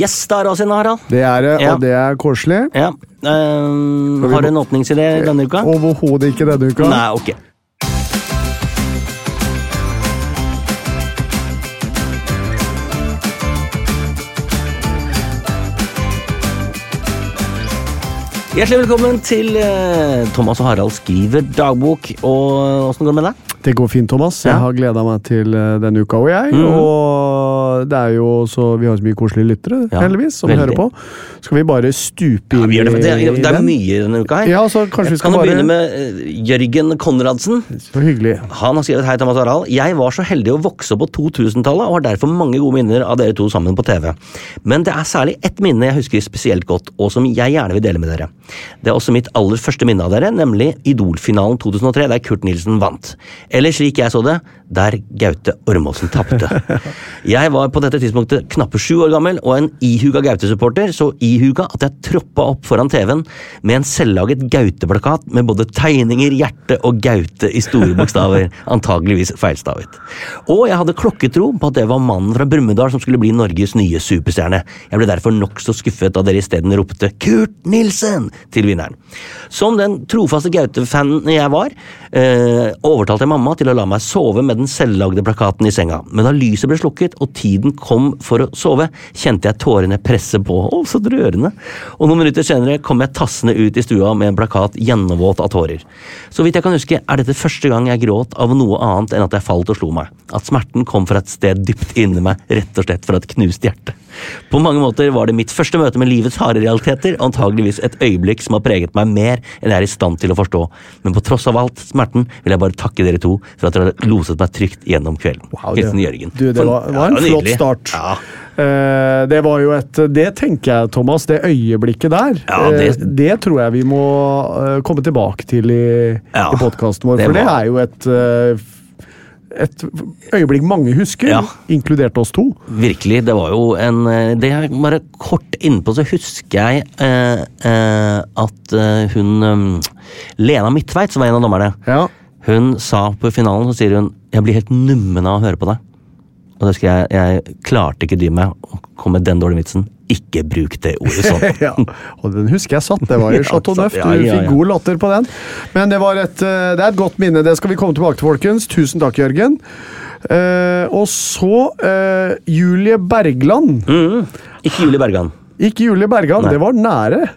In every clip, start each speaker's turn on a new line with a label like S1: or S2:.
S1: Yes, det er Asin Harald.
S2: Det er det,
S1: Ja.
S2: og det er koselig.
S1: Ja. ehm,
S2: Skal vi
S1: har du
S2: gå-
S1: en åpningsidé denne uka?
S2: Overhodet ikke denne uka.
S1: Nei, ok. Hjertelig velkommen til eh, Thomas og Harald skriver dagbok. Og åssen går det med deg?
S2: Det går fint, Thomas. Jeg
S1: Ja. Mhm.
S2: har gleda meg til eh, denne uka òg, jeg. Og det er jo så, vi har jo så mye koselige lyttere,
S1: Ja,
S2: heldigvis, som
S1: veldig.
S2: hører på. Skal vi bare stupe inn
S1: vi gjør det, for det,
S2: i
S1: det er
S2: den?
S1: mye denne uka her.
S2: Ja, så kanskje
S1: kan
S2: vi skal
S1: jo
S2: bare
S1: begynne med eh, Jørgen Konradsen.
S2: Så hyggelig.
S1: Han har skrevet Hei, Thomas og Harald. Jeg var så heldig å vokse opp på 2000-tallet og har derfor mange gode minner av dere to sammen på TV. Men det er særlig ett minne jeg husker spesielt godt, og som jeg gjerne vil dele med dere. Det er også mitt aller første minne av dere, nemlig Idol-finalen 2003, der Kurt Nilsen vant. Eller slik jeg så det, der Gaute Ormåsen tapte. Jeg var på dette tidspunktet knappe sju år gammel og en ihuga Gaute-supporter, så ihuga at jeg troppa opp foran TV-en med en selvlaget Gaute-plakat med både tegninger, hjerte og Gaute i store bokstaver, antageligvis feilstavet. Og jeg hadde klokketro på at det var mannen fra Brumunddal som skulle bli Norges nye superstjerne. Jeg ble derfor nokså skuffet da dere isteden ropte 'Kurt Nilsen!' til vinneren. Som den trofaste Gaute-fanen jeg var, eh, overtalte jeg mamma til å la meg sove med den selvlagde plakaten i senga. Men da lyset ble slukket og tiden kom for å sove, kjente jeg tårene presse på. Å, så rørende. Og noen minutter senere kom jeg tassende ut i stua med en plakat gjennomvåt av tårer. Så vidt jeg kan huske, er dette første gang jeg gråt av noe annet enn at jeg falt og slo meg. At smerten kom fra et sted dypt inni meg, rett og slett fra et knust hjerte. På mange måter var det mitt første møte med livets harde realiteter, antageligvis et øyeblikk som har preget meg mer enn jeg er i stand til å forstå. Men på tross av alt smerten vil jeg bare takke dere to for at dere har loset meg trygt gjennom kvelden.
S2: Wow, det-
S1: Hilsen Jørgen.
S2: Du, det
S1: For-
S2: var, var en
S1: Ja, det
S2: flott
S1: nydelig.
S2: start.
S1: Ja.
S2: Eh, det var jo et Det tenker jeg, Thomas. Det øyeblikket der,
S1: Ja, det-
S2: eh, det tror jeg vi må eh, komme tilbake til i,
S1: Ja,
S2: i podkasten vår.
S1: det
S2: for det
S1: var-
S2: er jo et eh, et øyeblikk mange husker,
S1: Ja.
S2: inkludert oss to.
S1: Virkelig, det var jo en eh, Det jeg bare kort innpå, så husker jeg eh, eh, at eh, hun eh, Lena Midtveit, som var en av dommerne,
S2: Ja.
S1: hun sa på finalen så sier hun, 'Jeg blir helt nummen av å høre på deg'. Og det husker jeg, jeg klarte ikke dy meg å komme med den dårlige vitsen. Ikke bruk det ordet sånn.
S2: ja. Og den husker jeg satt. Det var
S1: Ja,
S2: jo Chateau
S1: satt.
S2: Neuf. Du
S1: Ja, ja,
S2: fikk
S1: ja.
S2: god latter på den. Men det, var et, eh, det er et godt minne. Det skal vi komme tilbake til, folkens. Tusen takk, Jørgen. Eh, og så eh, Julie Bergland.
S1: Mm. Ikke Julie Bergan.
S2: Ikke Julie Bergan, det var nære.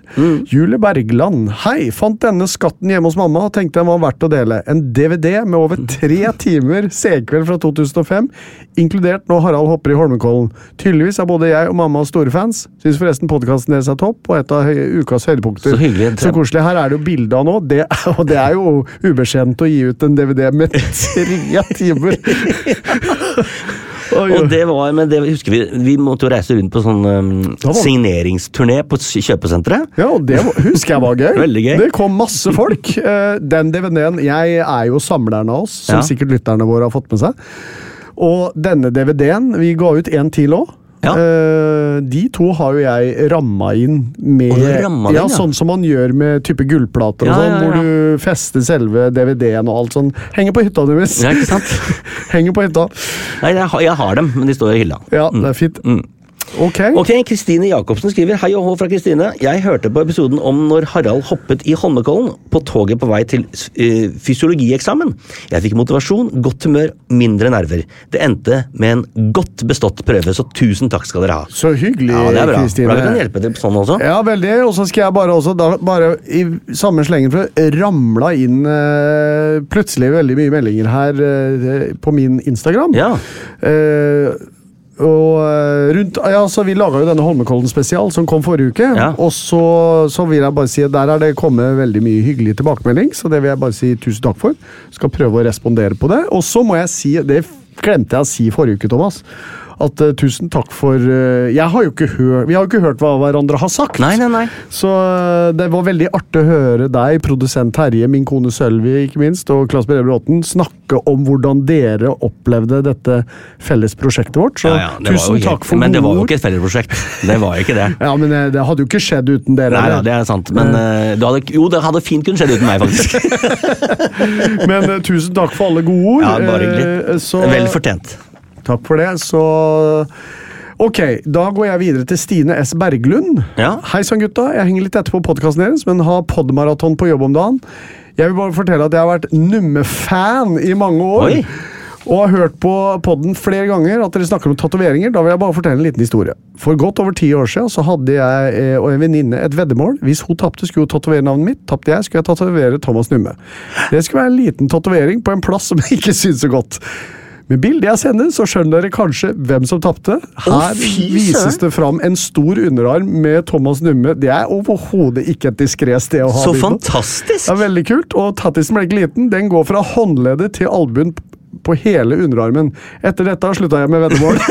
S2: Julie Bergland. Hei, fant denne skatten hjemme hos mamma og tenkte den var verdt å dele. En DVD med over tre timer senkveld fra 2005, inkludert når Harald hopper i Holmenkollen. Tydeligvis er både jeg og mamma store fans. Syns forresten podkasten deres er topp, og et av høy ukas høydepunkter.
S1: Så hyggelig.
S2: Så koselig. Her er det jo bilde av nå, det, og det er jo ubeskjedent å gi ut en DVD med tre timer. Oi, oi.
S1: Og det var, men det husker vi, vi måtte jo reise rundt på sånn um,
S2: Da var-
S1: signeringsturné på s- kjøpesenteret.
S2: Ja, og det var- husker jeg var gøy.
S1: Veldig gøy.
S2: Det kom masse folk. Eh, Den DVD-en Jeg er jo samleren av oss, som
S1: Ja.
S2: sikkert lytterne våre har fått med seg. Og denne DVD-en Vi ga ut en til òg.
S1: Ja.
S2: Eh, de to har jo jeg ramma inn med
S1: Og du ramma den,
S2: ja,
S1: ja.
S2: Sånn som man gjør med type gullplater og
S1: Ja,
S2: sånn,
S1: ja, ja.
S2: hvor du fester selve DVD-en og alt sånn. Henger på hytta deres!
S1: Ja, ikke sant?
S2: Henger på hytta.
S1: Nei, jeg har, jeg har dem, men de står i hylla.
S2: Ja, det er fint. Ok.
S1: Mm. Ok, Kristine Jacobsen skriver Hei og hå fra Kristine. Jeg hørte på episoden om når Harald hoppet i Holmenkollen på toget på vei til eh, fysiologieksamen. Jeg fikk motivasjon, godt humør, mindre nerver. Det endte med en godt bestått prøve, så tusen takk skal dere ha.
S2: Så hyggelig,
S1: Ja, det er bra.
S2: Kristine.
S1: Bra vi kan hjelpe til sånn også.
S2: Ja, veldig. Og så skal jeg bare også, da, bare i samme slengen, for det ramla inn eh, plutselig veldig mye meldinger her eh, på min Instagram.
S1: Ja.
S2: Eh, og eh, rundt, ja, så Vi laga jo denne Holmenkollen-spesial som kom forrige uke.
S1: Ja.
S2: Og så, så vil jeg bare si at der er det kommet veldig mye hyggelig tilbakemelding. Så det vil jeg bare si tusen takk for. Skal prøve å respondere på det. Og så må jeg si, det glemte jeg å si forrige uke, Thomas. At eh, tusen takk for eh, Jeg har jo ikke hørt, Vi har jo ikke hørt hva hverandre har sagt.
S1: Nei, nei, nei.
S2: Så øh, det var veldig artig å høre deg, produsent Terje, min kone Sølvi ikke minst, og Claes Bremer Bråten snakke om hvordan dere opplevde dette felles prosjektet vårt. Så
S1: Ja, ja, det var jo
S2: tusen
S1: helt-
S2: takk for
S1: Men det var
S2: gode
S1: jo
S2: ord.
S1: ikke et fellesprosjekt. Det var jo ikke det.
S2: Ja, men eh, det hadde jo ikke skjedd uten dere.
S1: Nei da, det er sant. Men eh, det hadde, jo, det hadde fint kunnet skjedd uten meg, faktisk.
S2: Men eh, tusen takk for alle gode ord.
S1: Ja, bare
S2: Eh,
S1: hyggelig.
S2: Så,
S1: Vel fortjent.
S2: Takk for det. Så Ok, da går jeg videre til Stine S. Berglund.
S1: Ja.
S2: Hei sann, gutta. Jeg henger litt etter på podkasten deres, men har podmaraton på jobb om dagen. Jeg vil bare fortelle at jeg har vært Numme-fan i mange år.
S1: Oi.
S2: Og har hørt på podden flere ganger at dere snakker om tatoveringer. Da vil jeg bare fortelle en liten historie. For godt over ti år siden så hadde jeg eh, og en venninne et veddemål. Hvis hun tapte, skulle hun tatovere navnet mitt. Tapte jeg, skulle jeg tatovere Thomas Numme. Det skulle være en liten tatovering på en plass som jeg ikke syntes så godt. Med bildet jeg sender, så skjønner dere kanskje hvem som tapte. Her
S1: fy
S2: vises
S1: søren.
S2: det fram en stor underarm med Thomas Numme. Det er overhodet ikke et diskré sted å ha
S1: Så
S2: bildet.
S1: fantastisk!
S2: Det er veldig kult, og tattisen ble ikke liten. Den går fra håndleddet til albuen p- på hele underarmen. Etter dette slutta jeg med veddemål.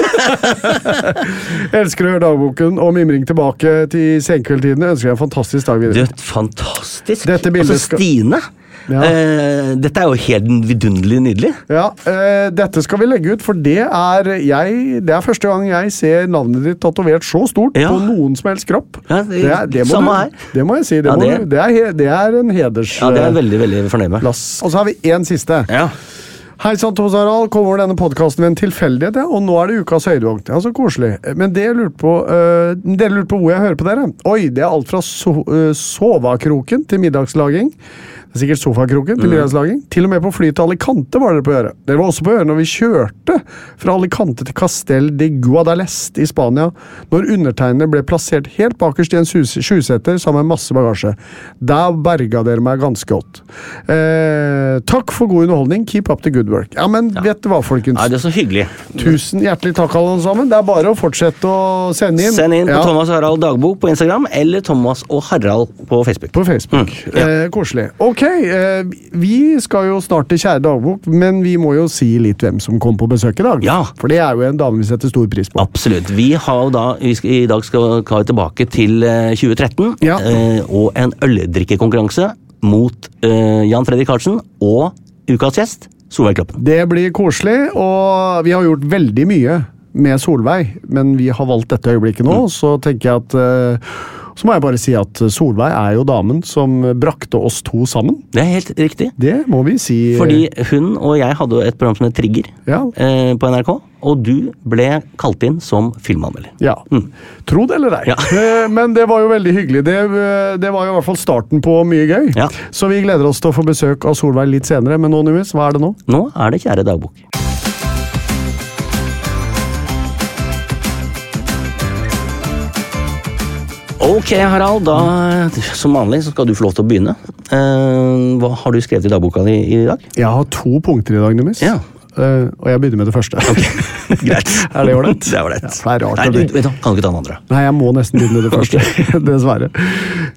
S2: Elsker å høre dagboken og mimring tilbake til senkveldtidene. Ønsker deg en fantastisk dag videre.
S1: Dødt fantastisk!
S2: Dette bildet
S1: altså,
S2: skal-
S1: Stine!
S2: Ja.
S1: eh, dette er jo helt vidunderlig nydelig.
S2: Ja, eh, Dette skal vi legge ut, for det er, jeg, det er første gang jeg ser navnet ditt tatovert så stort
S1: Ja.
S2: på noen som helst kropp.
S1: Ja,
S2: det, er- det, må
S1: samme
S2: du,
S1: her.
S2: det må jeg si. Det,
S1: Ja,
S2: må
S1: det-
S2: du, det, er, he- det er en heders...
S1: Ja, Det er jeg
S2: eh,
S1: veldig veldig fornøyd med.
S2: plass. Og så har vi én siste.
S1: Ja.
S2: Hei sann, Thomas Harald. Kom over denne podkasten ved en tilfeldighet, ja. og nå er det ukas høydepunkt. Ja, så koselig. Men det jeg lurte på, øh, dere lurte på hvor jeg hører på dere. Oi, det er alt fra so øh, sovakroken til middagslaging. Det er sikkert sofakroken
S1: Mm.
S2: til middagslaging. Til og med på fly til Alicante var dere på øret. Dere var også på øret når vi kjørte fra Alicante til Castel de Guadalest i Spania, når undertegnede ble plassert helt bakerst i en sus- sjuseter sammen med masse bagasje. Der berga dere meg ganske godt. Eh, takk for god underholdning. Keep up the good work. Ja, men vet du hva, folkens?
S1: Ja, det er så hyggelig.
S2: Tusen hjertelig takk, alle sammen. Det er bare å fortsette å sende inn.
S1: Send inn på
S2: Ja,
S1: Thomas og Harald Dagbok på Instagram eller Thomas og Harald på Facebook.
S2: På Facebook.
S1: Mm, ja.
S2: eh, koselig. Ok, eh, vi skal jo snart til Kjære dagbok, men vi må jo si litt hvem som kom på besøk i dag.
S1: Ja.
S2: For det er jo en dame vi setter stor pris på.
S1: Absolutt. Vi har jo da, vi skal, I dag skal skal vi tilbake til eh, 2013
S2: Ja.
S1: eh, og en øldrikkekonkurranse mot eh, Jan Fredrik Karlsen og ukas gjest, Solveig Kloppen.
S2: Det blir koselig, og vi har gjort veldig mye med Solveig, men vi har valgt dette øyeblikket
S1: Mm.
S2: nå, så tenker jeg at eh, Så må jeg bare si at Solveig er jo damen som brakte oss to sammen.
S1: Det er helt riktig.
S2: Det må vi si. eh,
S1: Fordi hun og jeg hadde jo et program som het Trigger
S2: Ja.
S1: eh, på NRK, og du ble kalt inn som filmanmelder.
S2: Ja. Tro det eller ei.
S1: Mm. Ja.
S2: Eh, Men det var jo veldig hyggelig. Det, eh, det var jo i hvert fall starten på mye gøy.
S1: Ja.
S2: Så vi gleder oss til å få besøk av Solveig litt senere, men nå, Numis, hva er det nå?
S1: Nå er det Kjære dagbok. Ok, Harald. Da, som vanlig så skal du få lov til å begynne. Eh, hva har du skrevet i dagboka di i dag?
S2: Jeg har to punkter i dag, Numis.
S1: Ja.
S2: Eh, og jeg begynner med det første.
S1: Greit.
S2: Er det ålreit?
S1: Det er ålreit.
S2: Ja, for det er rart
S1: Nei,
S2: at
S1: du,
S2: det-
S1: vet du, hva, kan du ikke ta den andre?
S2: Nei, jeg må nesten begynne med det første. Dessverre.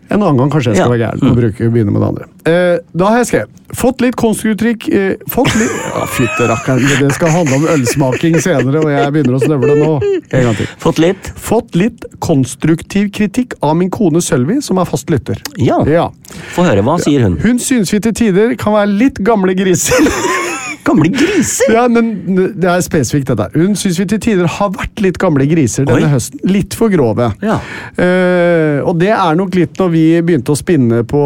S2: En annen gang kanskje jeg
S1: Ja.
S2: skal
S1: Mm.
S2: være gæren og bruke, begynne med det andre. Eh, da har jeg skrevet Fått litt konstruktrykk eh, Fått litt Å, Fytte rakkeren, det skal handle om ølsmaking senere, og jeg begynner å snøvle nå. En gang til.
S1: Fått litt?
S2: Fått litt konstruktiv kritikk av min kone Sølvi, som er fast lytter.
S1: Ja.
S2: Ja.
S1: Få høre. Hva sier hun?
S2: Hun syns vi til tider kan være litt gamle griser.
S1: gamle griser!
S2: Ja, men det er spesifikt dette. Hun syns vi til tider har vært litt gamle griser denne
S1: Oi.
S2: høsten. Litt for grove.
S1: Ja.
S2: Eh, og det er nok litt når vi begynte å spinne på,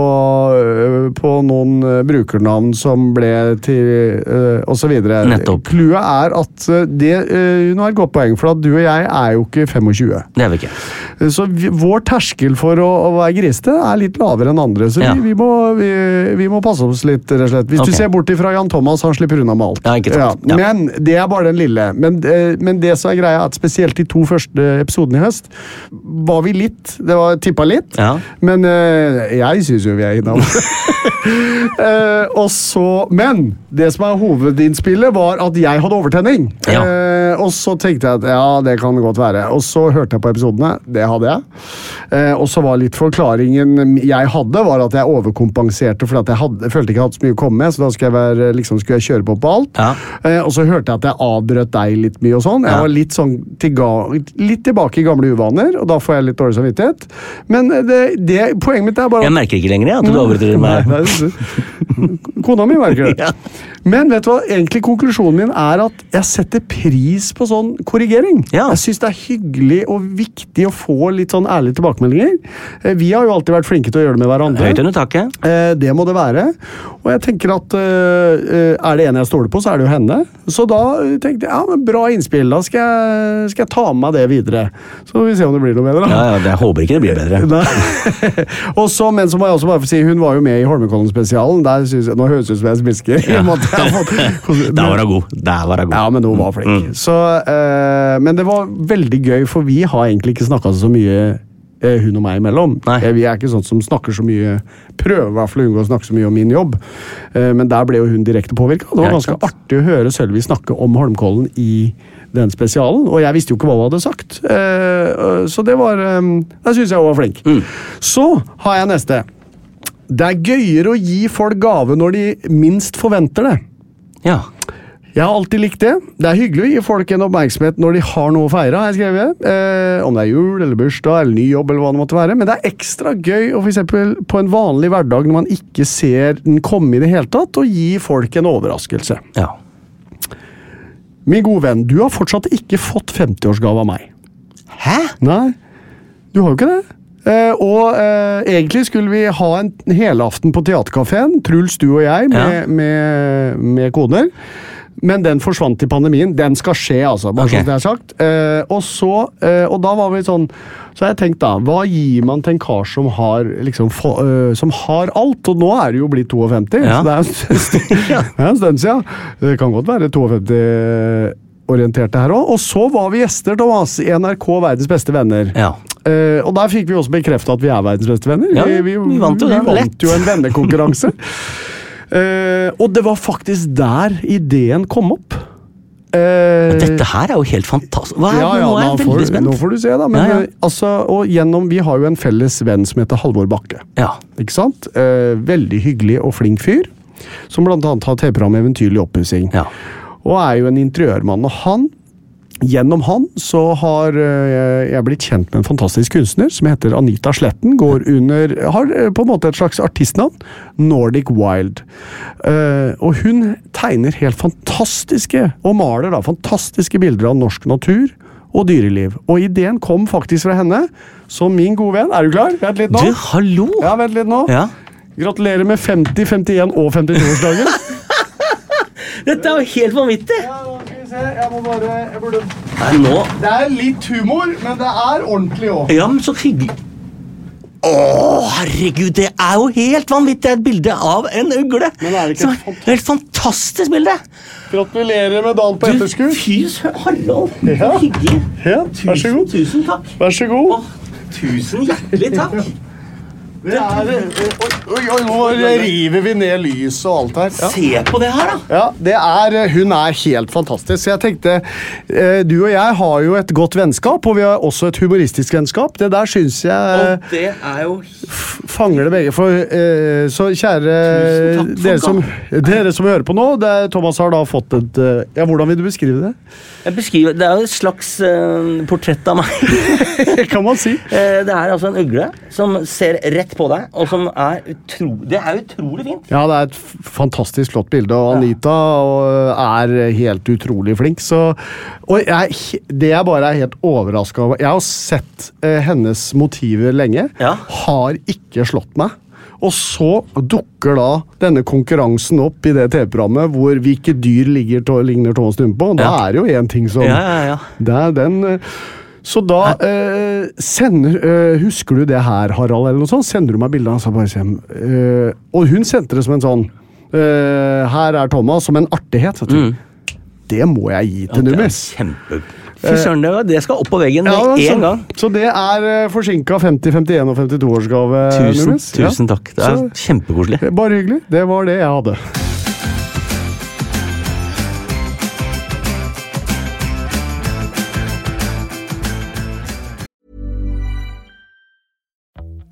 S2: eh, på noen eh, brukernavn som ble til uh, osv.
S1: Nettopp.
S2: Clouet er at eh, det eh, Hun har et godt poeng, for at du og jeg er jo ikke 25.
S1: Det er vi ikke.
S2: Eh, Så vi, vår terskel for å, å være grisete er litt lavere enn andre, så
S1: Ja.
S2: vi, vi, må, vi, vi må passe oss litt, rett og slett. Hvis
S1: Ok.
S2: du ser bort ifra Jan Thomas, han slipper unna med alt.
S1: Ja, ikke sant. Ja.
S2: Men det er bare den lille. Men, eh, men det som er greia, er at spesielt de to første episodene i høst, var vi litt, det var tippa litt,
S1: Ja.
S2: men eh, jeg syns jo vi er innafor. Eh, og så Men det som er hovedinnspillet, var at jeg hadde overtenning.
S1: Ja.
S2: Eh, og så tenkte jeg at ja, det kan godt være. Og så hørte jeg på episodene. Det hadde jeg. Eh, og så var litt forklaringen jeg hadde, var at jeg overkompenserte fordi at jeg hadde, følte ikke jeg hadde så mye å komme med, så da skulle jeg, være, liksom, skulle jeg kjøre på på alt.
S1: Ja.
S2: Eh, og så hørte jeg at jeg avbrøt deg litt mye og sånn. Jeg
S1: Ja.
S2: var litt sånn til ga, litt tilbake i gamle uvaner, og da får jeg litt dårlig samvittighet. Men eh, det, det, poenget mitt er bare at
S1: Jeg merker ikke lenger jeg, at du avbryter meg.
S2: Nei, nei, Kona mi merker det.
S1: Ja.
S2: Men vet du hva, egentlig konklusjonen min er at jeg setter pris på sånn korrigering.
S1: Ja.
S2: Jeg syns det er hyggelig og viktig å få litt sånn ærlige tilbakemeldinger. Eh, Vi har jo alltid vært flinke til å gjøre det med hverandre.
S1: Høyt under taket.
S2: Eh, det må det være. Og jeg tenker at eh, eh, er det en jeg stoler på, så er det jo henne. Så da eh, tenkte jeg ja, men bra innspill, da skal jeg, skal jeg ta med meg det videre. Så får vi se om det blir noe bedre. da.
S1: Ja, ja, Jeg håper ikke det blir bedre.
S2: Nei. og så, men så må jeg også bare få si, hun var jo med i Holmenkollen-spesialen. Der synes jeg, Nå høres det ut som jeg smisker. i og med at jeg har fått-
S1: Der var hun god. Der var hun god. Mm.
S2: Ja, men hun var flink. Så, eh, men det var veldig gøy, for vi har egentlig ikke snakka så mye eh, hun og meg imellom.
S1: Nei.
S2: Eh, Vi er ikke sånn som snakker så mye Prøver i hvert fall å unngå å snakke så mye om min jobb. Eh, Men der ble jo hun direkte påvirka. Det
S1: Ja,
S2: var
S1: ikke
S2: ganske
S1: sant.
S2: artig å høre Sølvi snakke om Holmkollen i den spesialen. Og jeg visste jo ikke hva hun hadde sagt. Eh, eh, Så det var eh, Der syns jeg hun var flink.
S1: Mm.
S2: Så har jeg neste. Det er gøyere å gi folk gave når de minst forventer det.
S1: Ja.
S2: Jeg har alltid likt det. Det er hyggelig å gi folk en oppmerksomhet når de har noe å feire. har jeg skrevet. Eh, om det er jul eller bursdag eller ny jobb, eller hva det måtte være. Men det er ekstra gøy å for eksempel på en vanlig hverdag når man ikke ser den komme i det hele tatt, og gi folk en overraskelse.
S1: ja.
S2: Min gode venn, du har fortsatt ikke fått 50-årsgave av meg.
S1: Hæ?
S2: Nei, du har jo ikke det. Eh, og eh, egentlig skulle vi ha en helaften på Theatercaféen, Truls, du og jeg, med,
S1: Ja.
S2: med, med koner. Men den forsvant i pandemien. Den skal skje, altså. bare
S1: Ok.
S2: sånn det er sagt. Eh, og, så, eh, og da var vi sånn Så har jeg tenkt, da. Hva gir man til en kar som har, liksom, få, eh, som har alt? Og nå er det jo blitt 52,
S1: Ja.
S2: så det er en stund, det er en stund siden. Det kan godt være 52 orienterte her òg. Og så var vi gjester, Thomas, i NRK Verdens beste venner.
S1: Ja.
S2: Eh, og der fikk vi også bekrefta at vi er verdens beste venner.
S1: Ja, vi vant jo den,
S2: vi
S1: lett.
S2: vant jo en vennekonkurranse. Eh, og det var faktisk der ideen kom opp. Eh,
S1: Men Dette her er jo helt fantastisk. Hva er,
S2: ja, ja,
S1: nå er
S2: da
S1: jeg
S2: får,
S1: veldig
S2: nå
S1: spent.
S2: får du se, da. Men,
S1: Ja, ja.
S2: eh, Altså, og gjennom, vi har jo en felles venn som heter Halvor Bakke.
S1: Ja.
S2: Ikke sant? Eh, veldig hyggelig og flink fyr. Som bl.a. har TV-programmet Eventyrlig oppussing
S1: ja.
S2: og er jo en interiørmann. Og han, gjennom han, så har eh, jeg blitt kjent med en fantastisk kunstner som heter Anita Sletten. Går under Har eh, på en måte et slags artistnavn. Nordic Wild. Eh, og hun tegner helt fantastiske, og maler da, fantastiske bilder av norsk natur. Og dyreliv. Og ideen kom faktisk fra henne. Så min gode venn Er du klar? Vent litt nå.
S1: Du, hallo!
S2: Ja, vent litt nå.
S1: Ja.
S2: Gratulerer med 50, 51 og 52-årsdagen.
S1: Dette er jo helt vanvittig!
S2: Ja, nå skal vi se. Jeg må bare jeg burde...
S1: Nei, nå
S2: Det er litt humor, men det er ordentlig òg.
S1: Ja, men så hyggelig. Å, herregud, det er jo helt vanvittig! Et bilde av en ugle!
S2: Men er det ikke
S1: Som
S2: et fant-
S1: helt fantastisk bilde!
S2: Gratulerer med dagen på
S1: Du,
S2: etterskudd.
S1: Fy sø- Harald, så
S2: Ja.
S1: hyggelig.
S2: Ja, vær så
S1: Tusen,
S2: god.
S1: tusen takk.
S2: Vær så god.
S1: Å, tusen hjertelig takk.
S2: Det er, oi, oi, oi, nå river vi ned lyset og alt her. Ja.
S1: Se på det her, da!
S2: Ja, det er, eh, Hun er helt fantastisk. Jeg tenkte, eh, Du og jeg har jo et godt vennskap, og vi har også et humoristisk vennskap. Det der syns jeg
S1: Og det er jo
S2: fanger det begge. For, eh, så kjære
S1: Tusen takk for
S2: dere som,
S1: ga-
S2: dere som hører på nå det, er- Thomas har da fått et eh, Ja, Hvordan vil du beskrive det?
S1: jeg beskriver, Det er jo et slags eh, portrett av meg.
S2: kan man si.
S1: Eh, Det er altså en ugle som ser rett rett på deg, og som er utro... Det er utrolig fint.
S2: Ja, det er et f- fantastisk flott bilde, og Anita og, eh, er helt utrolig flink. Så, og jeg, det jeg bare er helt overraska over Jeg har sett eh, hennes motiver lenge.
S1: Ja.
S2: Har ikke slått meg. Og så dukker da denne konkurransen opp i det TV-programmet hvor hvilke dyr ligger tå, ligner Tove Stumpe på. og Da
S1: Ja.
S2: er det jo én ting som
S1: Ja, ja, ja.
S2: Det er den. eh, Så da eh, sender eh, Husker du det her, Harald? eller noe sånt? Sender du meg bildet av Hansa Barsem? Eh, og hun sendte det som en sånn eh, Her er Thomas, som en artighet. vet du. Det må jeg gi til
S1: Mm. Det er
S2: Nummis.
S1: kjempe... Fy søren, det var- det skal opp på veggen med
S2: Ja,
S1: en
S2: så,
S1: gang.
S2: så det er eh, forsinka 50-, 51- og 52-årsgave.
S1: Tusen,
S2: Nummis. Eh, Ja.
S1: tusen takk. Det er
S2: Så-
S1: kjempekoselig.
S2: Det er Bare hyggelig. Det var det jeg hadde.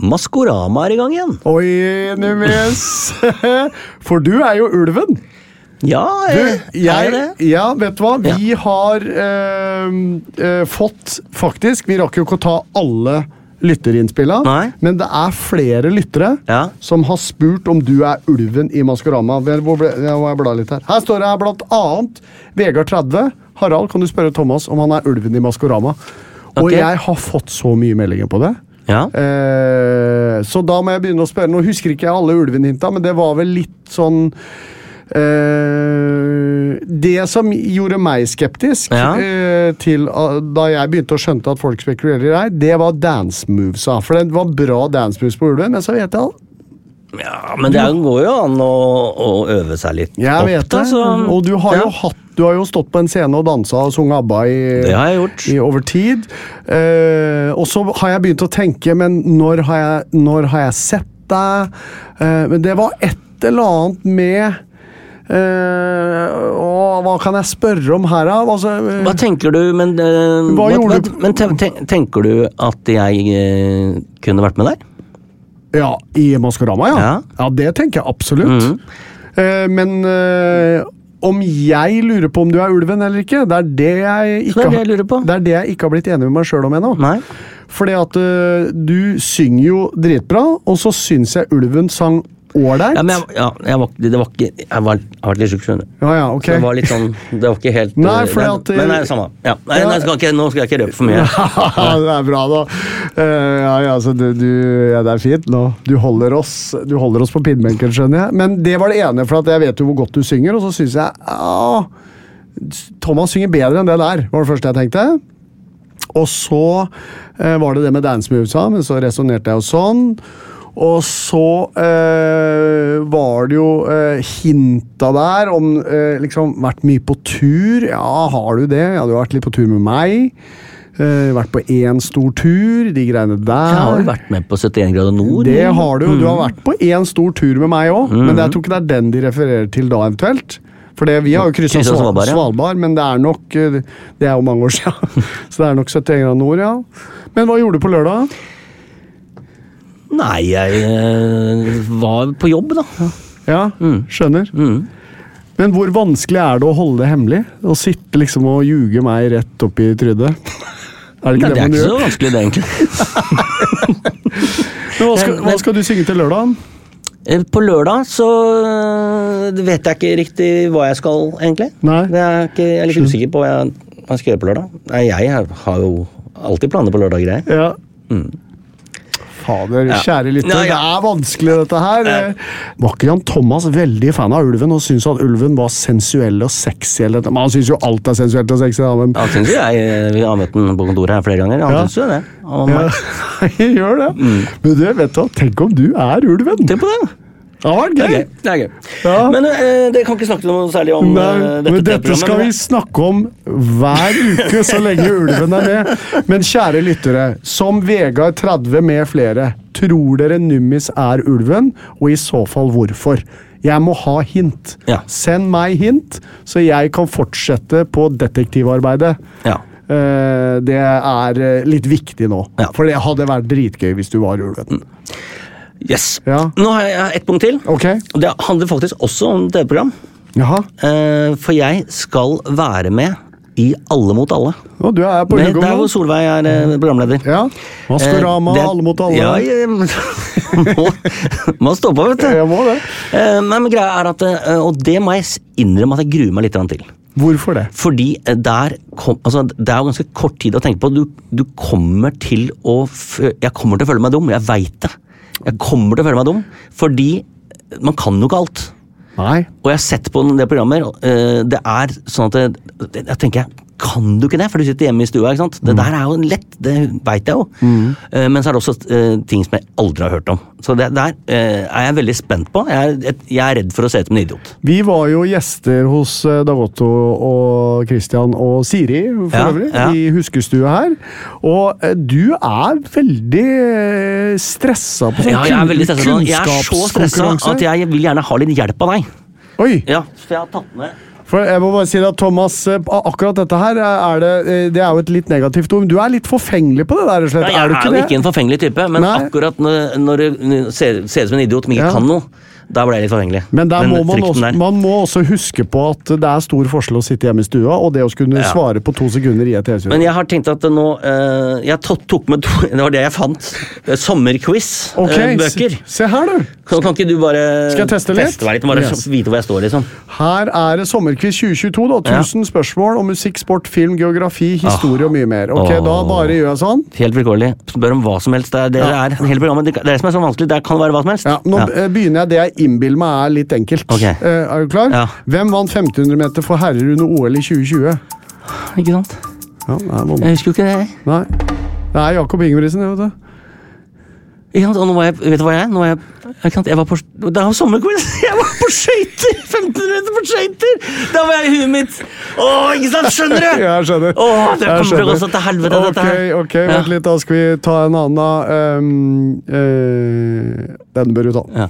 S1: Maskorama er i gang igjen.
S2: Oi, Nummis! For du er jo ulven.
S1: Ja, eh,
S2: Du,
S1: er
S2: jeg,
S1: det?
S2: ja, vet du hva? Vi har ehm, eh, fått Faktisk, vi rakk jo ikke å ta alle lytterinnspilla,
S1: Nei.
S2: men det er flere lyttere
S1: Ja.
S2: som har spurt om du er ulven i Maskorama. Vel, Hvor ble, jeg må jeg bla litt her. her står det her blant annet Vegard 30. Harald, kan du spørre Thomas om han er ulven i Maskorama? Og
S1: Ok.
S2: jeg har fått så mye meldinger på det.
S1: Ja.
S2: Eh, så da må jeg begynne å spørre. Nå husker ikke jeg alle ulvehinta, men det var vel litt sånn eh, Det som gjorde meg skeptisk
S1: Ja.
S2: eh, til eh, da jeg begynte å skjønte at folk spekulerer i deg, det var dance movesa. For det var bra dance moves på ulven, men så vet jeg
S1: ja, Men det er- går jo an å, å øve seg litt
S2: Jeg vet det.
S1: da, så-
S2: Og du har,
S1: ja.
S2: jo hatt, du har jo stått på en scene og dansa og sunget ABBA i,
S1: Det har jeg gjort.
S2: i over tid. Eh, og så har jeg begynt å tenke, men når har jeg, når har jeg sett deg? Eh, men det var et eller annet med eh, å, Hva kan jeg spørre om her, da? Altså, eh,
S1: Hva tenker du Men, eh,
S2: Hva gjorde du-
S1: men ten, ten, tenker du at jeg eh, kunne vært med der?
S2: ja, I Maskorama, ja. ja.
S1: Ja. Mhm.
S2: det tenker jeg absolutt. Eh, men eh, om jeg lurer på om du er ulven eller ikke, det er det jeg
S1: Det er
S2: ikke
S1: det
S2: har-
S1: jeg lurer på.
S2: Det er det jeg ikke har blitt enig med meg sjøl om ennå.
S1: Nei?
S2: Fordi at ø, du synger jo dritbra, og så syns jeg ulven sang ålreit.
S1: Ja, men jeg, ja, jeg var, det var ikke Jeg var, jeg var litt sjuk, skjønner du.
S2: ja, ja, ok.
S1: Så Det var litt sånn Det var ikke helt
S2: Nei,
S1: eh,
S2: fordi at, eh,
S1: Men det er det samme. Ja. Nei,
S2: Ja.
S1: nei, skal ikke, nå skal jeg ikke røpe for mye.
S2: det er bra, da. Eh, ja, altså, du, du, ja, det er fint nå. Du holder oss, du holder oss på pinnbenken, skjønner jeg. Men det var det ene, for at jeg vet jo hvor godt du synger, og så syns jeg ah, ja, Thomas synger bedre enn det der, var det første jeg tenkte. Og så eh, var det det med Dance Moves, ja, men så resonnerte jeg jo sånn. Og så eh, var det jo eh, hinta der om eh, liksom vært mye på tur. Ja, har du det? Jeg hadde jo vært litt på tur med meg. Eh, vært på én stor tur, de greiene der.
S1: Jeg har jo vært med på 71 grader nord.
S2: Det har du. og Du har
S1: Mm.
S2: vært på én stor tur med meg òg, men jeg tror ikke det er den de refererer til da, eventuelt. For det, vi har jo kryssa
S1: Krysset
S2: Svalbard,
S1: Svalbard, ja.
S2: Svalbard, men det er nok eh, Det er jo mange år siden, så det er nok 71 grader nord, ja. Men hva gjorde du på lørdag?
S1: Nei, jeg eh, var på jobb, da.
S2: Ja,
S1: Mm.
S2: skjønner. Men hvor vanskelig er det å holde det hemmelig? Å sitte liksom og ljuge meg rett opp i trynet? Er
S1: Nei,
S2: det ikke
S1: det er
S2: det man
S1: ikke så
S2: gjør?
S1: vanskelig, det, egentlig.
S2: Men hva, skal, hva skal du synge til lørdagen?
S1: Eh, På lørdag så eh, vet jeg ikke riktig hva jeg skal, egentlig.
S2: Nei.
S1: Det er ikke, jeg er litt usikker på hva jeg, hva jeg skal gjøre på lørdag. Nei, jeg har jo alltid planer på lørdager, jeg.
S2: Ja. Fader, kjære lytter,
S1: Nei, Mm. ja.
S2: det er vanskelig dette her. Var ikke Jan Thomas veldig fan av ulven og syntes at ulven var sensuell og sexy? Eller, men han syns jo alt er sensuelt og sexy, da, men
S1: Han syns jo jeg eh, Vi har møtt ham på kontoret her flere ganger. Han
S2: Ja.
S1: syns jo det. Han var
S2: ja.
S1: meg.
S2: jeg Gjør det. Men du, vet du, hva, tenk om du er ulven! Det
S1: Tenk på Mm. det!
S2: hadde vært
S1: Det er
S2: gøy!
S1: gøy. Det er gøy.
S2: Ja.
S1: Men eh, dere kan ikke snakke noe særlig om
S2: Nei,
S1: eh, dette,
S2: men dette
S1: programmet,
S2: skal vi snakke om hver uke så lenge ulven er med. Men kjære lyttere, som Vegard 30 med flere, tror dere Nummis er ulven, og i så fall hvorfor? Jeg må ha hint.
S1: Ja.
S2: Send meg hint, så jeg kan fortsette på detektivarbeidet.
S1: Ja.
S2: Eh, det er eh, litt viktig nå,
S1: Ja. Mm.
S2: for det hadde vært dritgøy hvis du var ulven.
S1: Yes.
S2: Ja.
S1: Nå har jeg- jeg har ett punkt til.
S2: Ok?
S1: Og Det handler faktisk også om TV-program.
S2: Jaha.
S1: Eh, for jeg skal være med i Alle mot alle.
S2: Nå, du er på
S1: Med, der hvor
S2: Ullgården.
S1: Solveig er eh, programleder.
S2: Ja. Maskorama,
S1: Eh, det-
S2: alle mot alle.
S1: Ja, jeg, må, må stå på, vet du.
S2: Jeg må det.
S1: Eh, nei, men greia er at, eh, Og det må jeg s- innrømme at jeg gruer meg litt grann til.
S2: Hvorfor det?
S1: Fordi eh, der kom, altså, Det er jo ganske kort tid å tenke på. Du, du kommer til å fø- Jeg kommer til å føle meg dum, jeg veit det. Jeg kommer til å føle meg dum, fordi man kan jo ikke alt.
S2: Nei.
S1: Og jeg har sett på en del programmer. og, eh, Det er sånn at det- det- Jeg tenker kan du ikke det? For du sitter hjemme i stua. ikke sant?
S2: Mm.
S1: Det der er jo lett, det veit jeg jo. Eh, Men så er det også eh, ting som jeg aldri har hørt om. Så det der eh, er jeg veldig spent på. Jeg er, jeg er redd for å se ut som en idiot.
S2: Vi var jo gjester hos eh, Dag Otto og Christian og Siri for
S1: Ja,
S2: øvrig,
S1: ja.
S2: i huskestua her. Og eh, du er veldig eh, stressa på sånn
S1: Ja, jeg er veldig stressa. nå. Jeg er så stressa
S2: kunnskapskonkurranse.
S1: at jeg vil gjerne ha litt hjelp av deg.
S2: Oi!
S1: Ja, for jeg har tatt med
S2: For jeg må bare si at Thomas, eh, a- akkurat dette her er det, eh, det er jo et litt negativt ord, men du er litt forfengelig på det der, rett og slett.
S1: Jeg er
S2: er du
S1: jo ikke en forfengelig type, men
S2: Nei.
S1: akkurat når, når du ser, ser ut som en idiot men ikke
S2: Ja.
S1: kan noe, da ble jeg litt forfengelig.
S2: Men der må man,
S1: frykten
S2: også,
S1: der-
S2: man må også huske på at det er stor forskjell å sitte hjemme i stua og det å skulle
S1: Ja.
S2: svare på to sekunder i et TV-studio.
S1: Men jeg har tenkt at nå eh, Jeg to- tok med to Det var det jeg fant. eh,
S2: Ok,
S1: Sommerquiz-bøker.
S2: se, se her, du!
S1: kan, kan ikke du bare
S2: Skal jeg teste litt?
S1: Teste meg litt bare
S2: Yes.
S1: Vite hvor jeg står, liksom.
S2: Her er det sommerquiz 2022. da.
S1: Ja.
S2: 1000 spørsmål om musikk, sport, film, geografi, historie og mye mer. Ok,
S1: Åh.
S2: Da bare gjør jeg sånn.
S1: Helt vilkårlig. Spør om hva som helst. Det er det det er. Hele programmet, det, det er det som er så vanskelig. Det kan være hva som helst.
S2: Ja, nå
S1: Ja.
S2: eh, begynner jeg det jeg innbiller meg er litt enkelt.
S1: Ok.
S2: Eh, er du klar?
S1: Ja.
S2: Hvem vant 1500 meter for herrer under OL i 2020?
S1: Ikke sant?
S2: Ja, det er noen.
S1: Jeg husker jo ikke det, jeg.
S2: Nei. Det er Jakob Ingebrigtsen, det, vet du.
S1: Ikke sant? Og nå var jeg, vet du hva jeg er? Nå var jeg, ikke sant? jeg var på, det er jo sommerquiz! Jeg var på skøyter! 1500 meter på skøyter! Da var jeg i huet mitt! Åh, ikke sant? Skjønner du?
S2: Ja, jeg skjønner.
S1: Åh, det kommer til å
S2: Jeg
S1: gå
S2: skjønner.
S1: så til helvete, dette her.
S2: Ok, ok, vent litt, da skal vi ta en annen. Um, eh, denne bør du ta.
S1: Ja.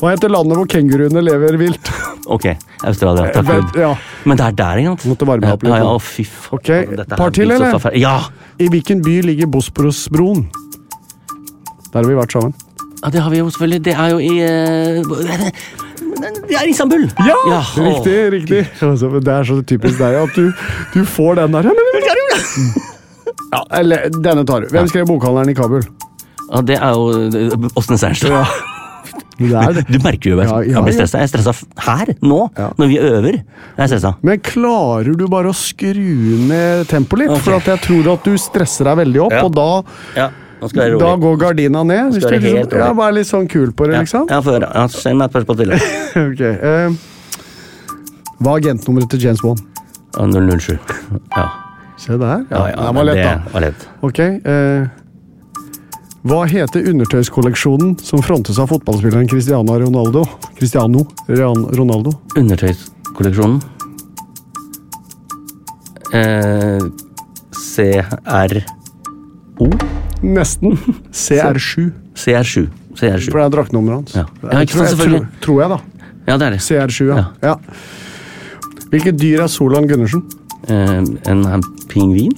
S2: Hva heter landet hvor kenguruene lever vilt?
S1: Ok, Australia. Takk
S2: Vent,
S1: for
S2: ja.
S1: Men det er der, ikke sant?
S2: Måtte varme opp litt,
S1: Ja, ja,
S2: da.
S1: å, fy faen.
S2: Ok, par til,
S1: blir så
S2: eller?
S1: forferdelig. Ja!
S2: I hvilken by ligger Bosporosbroen? Der har vi vært sammen.
S1: ja! Det har vi jo selvfølgelig. Det er jo i eh, Det er Istanbul! å.
S2: Riktig, riktig. Altså, men det er så typisk deg at du, du får den der. Ja, men- men- Ja, eller denne tar du. Hvem skrev bokhandleren i Kabul?
S1: Ja, det er jo eh, Åsne Sernstad.
S2: Det er det.
S1: Du merker jo jeg,
S2: Ja,
S1: jeg
S2: ja,
S1: blir
S2: ja.
S1: stressa. Jeg er stressa f- her, nå, når vi øver. Jeg er stressa.
S2: Men klarer du bare å skru ned tempoet litt?
S1: Ok.
S2: For at jeg tror at du stresser deg veldig opp,
S1: Ja.
S2: og da,
S1: Ja, nå skal jeg være rolig.
S2: da går gardina ned. Hvis
S1: skal
S2: du
S1: være helt
S2: liksom, ja,
S1: rolig.
S2: Vær litt sånn kul på det, liksom.
S1: Ja, ja, få høre. Ja, Send meg et spørsmål til.
S2: Ok, eh, hva er agentnummeret til James Bond?
S1: Ja, 007. Ja,
S2: Se der.
S1: ja, ja,
S2: den
S1: men
S2: var lett,
S1: det
S2: da.
S1: var lett.
S2: Ok. Eh, hva heter undertøyskolleksjonen som frontes av fotballspilleren Cristiano Ronaldo? Cristiano Ran- Ronaldo.
S1: Undertøyskolleksjonen. Eh, CRO?
S2: Nesten. CR7.
S1: CR7.
S2: For
S1: CR7.
S2: det er draktnummeret hans.
S1: Ja. Ja,
S2: Jeg
S1: ikke sant,
S2: tror, jeg,
S1: selvfølgelig.
S2: tror, tror jeg, da.
S1: Ja, det er det.
S2: CR7, ja.
S1: Ja.
S2: ja. Hvilket dyr er Solan Gundersen?
S1: Eh, en her pingvin?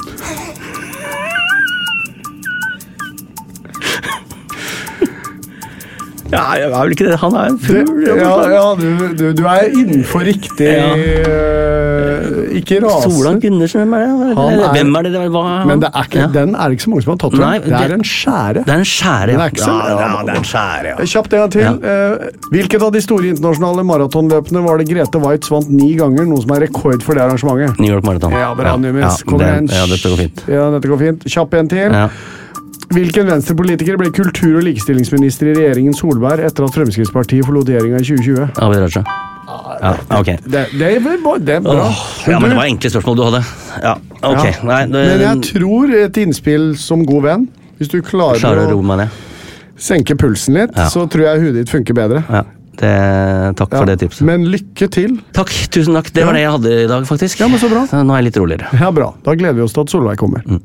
S1: Ja, jeg er vel ikke det. Han er en fugl.
S2: ja, ja, du, du, du er innenfor riktig
S1: Ja.
S2: eh, Ikke rase.
S1: Solan Gundersen, hvem er det?
S2: Han er-
S1: hvem er det? det? Hva
S2: Men det er ikke,
S1: Ja.
S2: den er det ikke så mange som har tatt.
S1: Nei,
S2: den. det
S1: det-
S2: er en skjære.
S1: Det er en skjære,
S2: Den er ikke så-
S1: Ja, ja, det er en skjære, ja.
S2: Kjapt en gang til. Eh, Hvilket av de store internasjonale maratonløpene var det Grete Waitz vant ni ganger, noe som er rekord for det arrangementet?
S1: New York Marathon.
S2: Ja, bra, Numis. Kom
S1: det,
S2: igjen.
S1: ja, dette går fint.
S2: Ja, dette går fint. Kjapp en til.
S1: Ja.
S2: Hvilken venstrepolitiker ble kultur- og likestillingsminister i regjeringen Solberg etter at Fremskrittspartiet forlot regjeringa i 2020?
S1: Abid Raja. Ja, ok.
S2: Ah, Det, det, er bra- det er bra.
S1: Åh, ja, men det var enkle spørsmål du hadde. Ja,
S2: Ja.
S1: ok. Nei, det,
S2: Men jeg tror et innspill som god venn Hvis du klarer,
S1: klarer å
S2: å
S1: roe meg ned.
S2: senke pulsen litt,
S1: Ja.
S2: så tror jeg huet ditt funker bedre.
S1: Ja, det, takk
S2: Ja.
S1: for det tipset.
S2: Men lykke til.
S1: Takk, tusen takk. Det var det jeg hadde i dag, faktisk.
S2: Ja, men så bra.
S1: Nå er jeg litt roligere.
S2: Ja, bra. Da gleder vi oss til at Solveig kommer.
S1: Mm.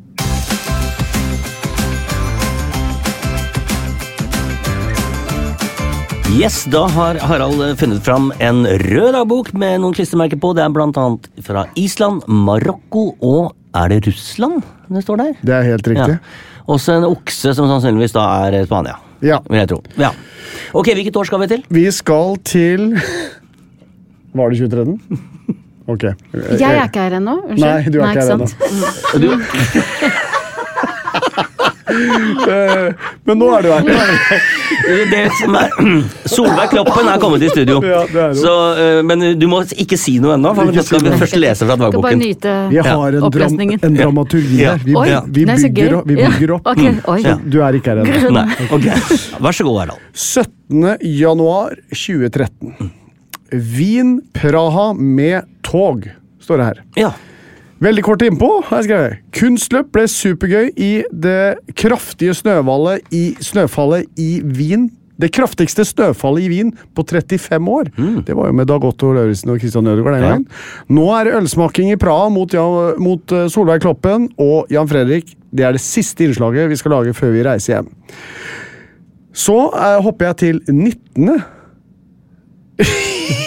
S1: Yes, da har Harald eh, funnet fram en rød dagbok med noen klistremerker på. Det er blant annet fra Island, Marokko og Er det Russland det står der?
S2: Det er helt
S1: Ja.
S2: riktig.
S1: Også en okse som sannsynligvis da er eh, Spania.
S2: Ja.
S1: Vil jeg tro. Ja. Ok, hvilket år skal vi til?
S2: Vi skal til Var det 2013? Ok.
S3: Jeg er ikke her ennå. Unnskyld.
S2: Nei, du er ikke her
S3: sant? Mm.
S2: Eh, Men nå er du her.
S1: Det som er Solveig Kloppen er kommet i studio.
S2: Ja, det er hun.
S1: så, eh, men du må ikke si noe ennå, for
S2: Ikke
S1: nå skal
S2: si
S1: vi
S2: noe.
S1: først lese fra
S3: Skal bare
S1: dagboken.
S3: nyte
S2: Vi har en, dram
S3: Opplesningen.
S2: en dramaturgi
S1: Ja.
S2: her. Vi,
S3: Oi,
S2: vi,
S3: det er så
S2: bygger,
S3: gøy.
S2: opp- vi bygger opp.
S3: Ja, ok, oi.
S2: Så Du er ikke her ennå.
S1: Nei, ok. Vær så god, Harald.
S2: 17. januar 2013. Wien, Praha med tog, står det her.
S1: Ja.
S2: Veldig kort innpå. her skrev jeg. Kunstløp ble supergøy i det kraftige snøfallet i, snøfallet i Wien. Det kraftigste snøfallet i Wien på 35 år. Det var jo med Dag Otto Lauritzen og Christian Ødegaard den
S1: Ja.
S2: gangen. Nå er det ølsmaking i Praha mot, Jan, mot eh, Solveig Kloppen og Jan Fredrik. Det er det siste innslaget vi skal lage før vi reiser hjem. Så eh, hopper jeg til 19.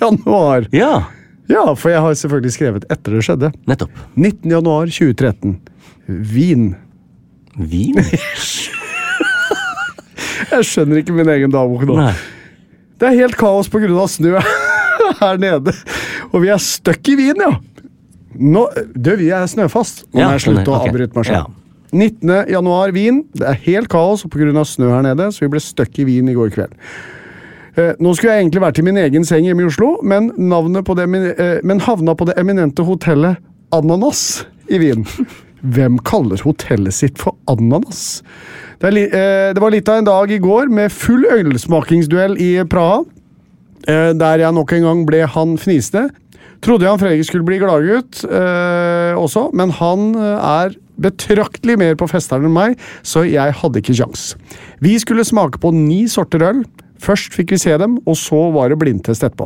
S2: januar.
S1: ja.
S2: Ja, for jeg har selvfølgelig skrevet etter det skjedde.
S1: Nettopp.
S2: 19. januar 2013. Wien.
S1: Vin?
S2: Jeg skjønner ikke min egen dagbok nå.
S1: Nei.
S2: Det er helt kaos pga. snø her nede. Og vi er stuck i Wien, ja! Nå, du, vi er snøfast. Nå må
S1: Ja,
S2: jeg slutte å
S1: skjønner. Ok.
S2: avbryte meg
S1: Ja.
S2: selv. 19. januar, Wien. Det er helt kaos pga. snø her nede, så vi ble stuck i Wien i går kveld. Eh, nå skulle jeg egentlig vært i min egen seng hjemme i Oslo, men, navnet på det, emin- eh, men havna på det eminente hotellet Ananas i Wien. Hvem kaller hotellet sitt for Ananas? Det, er li, eh, det var litt av en dag i går med full ølsmakingsduell i Praha. Eh, der jeg nok en gang ble han fnisende. Trodde jeg han Fredrik skulle bli gladgutt eh, også, men han eh, er betraktelig mer på festeren enn meg, så jeg hadde ikke sjans. Vi skulle smake på ni sorter øl. Først fikk vi se dem, og så var det blindtest etterpå.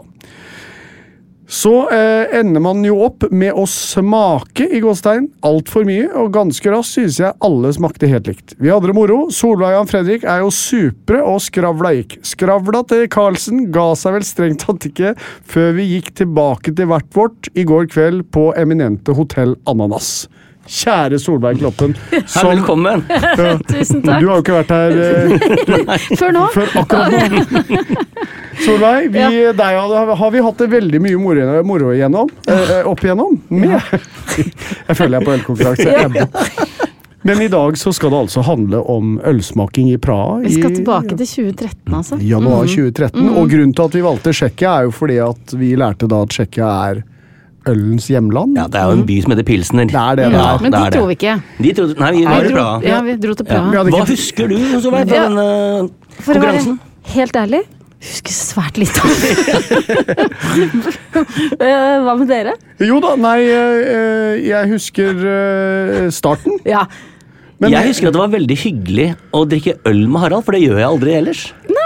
S2: Så eh, ender man jo opp med å smake i gåstein altfor mye, og ganske raskt synes jeg alle smakte helt likt. Vi hadde det moro. Solveig og Jan Fredrik er jo supre, og skravla gikk. Skravla til Karlsen ga seg vel strengt tatt ikke før vi gikk tilbake til hvert vårt i går kveld på eminente Hotell Ananas. Kjære Solveig Kloppen.
S1: Hei,
S2: som-
S1: velkommen!
S2: Ja.
S3: Tusen takk.
S2: Du har jo ikke vært her eh,
S3: Før nå?
S2: før akkurat nå. Solveig, vi, deg og deg har vi hatt det veldig mye moro, moro igjennom, eh, eh, opp igjennom. Med. Jeg føler jeg er på ølkonkurranse. Men i dag så skal det altså handle om ølsmaking i Praha.
S3: Vi skal
S2: i-
S3: tilbake til Mm. 2013, altså.
S2: i januar 2013. Og grunnen til at vi valgte Tsjekkia, er jo fordi at vi lærte da at Tsjekkia er ølens hjemland.
S1: Ja, det er jo en by som heter Pilsner.
S2: Det er det det
S1: Ja,
S2: er.
S3: Men
S1: det er
S3: de
S1: det.
S3: dro vi ikke.
S1: De trodde, nei, vi var
S3: Vi
S1: i
S3: dro,
S1: Praha.
S3: ja, vi dro til
S1: Ja.
S3: Praha.
S2: hadde
S1: Hva
S2: ikke-
S1: husker du som var fra
S3: Ja.
S1: denne
S3: For å være
S1: konkurransen?
S3: helt ærlig, husker svært lite om det. Eh, Hva med dere?
S2: Jo da, nei, eh, eh, jeg husker eh, starten.
S3: Ja.
S2: Men
S1: jeg husker at det var veldig hyggelig å drikke øl med Harald, for det gjør jeg aldri ellers.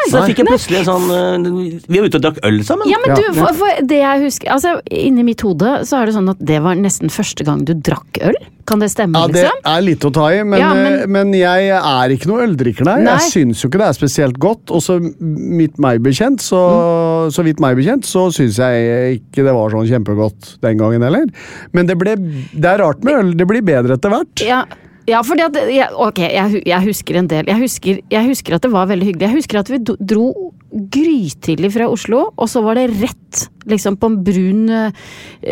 S1: så da fikk jeg plutselig en sånn øh, Vi er ute og drakk øl sammen.
S3: ja, men
S2: Ja.
S3: du, for, for det jeg husker altså, Inni mitt hode så er det sånn at det var nesten første gang du drakk øl. Kan det stemme,
S2: ja, det
S3: liksom?
S2: er litt å ta i, men,
S3: Ja, men-
S2: eh, men jeg er ikke noe øldrikker, nei.
S3: Nei.
S2: Jeg syns jo ikke det er spesielt godt. Og så mitt meg bekjent, så,
S3: Mm.
S2: så vidt meg bekjent, så syns jeg ikke det var sånn kjempegodt den gangen heller. Men det, ble, det er rart med øl. Det blir bedre etter hvert.
S3: Ja, ja fordi at jeg, Ok, jeg, hu- jeg husker en del. Jeg husker, jeg husker at det var veldig hyggelig. Jeg husker at vi do- dro grytidlig fra Oslo, og så var det rett liksom på en brun eh,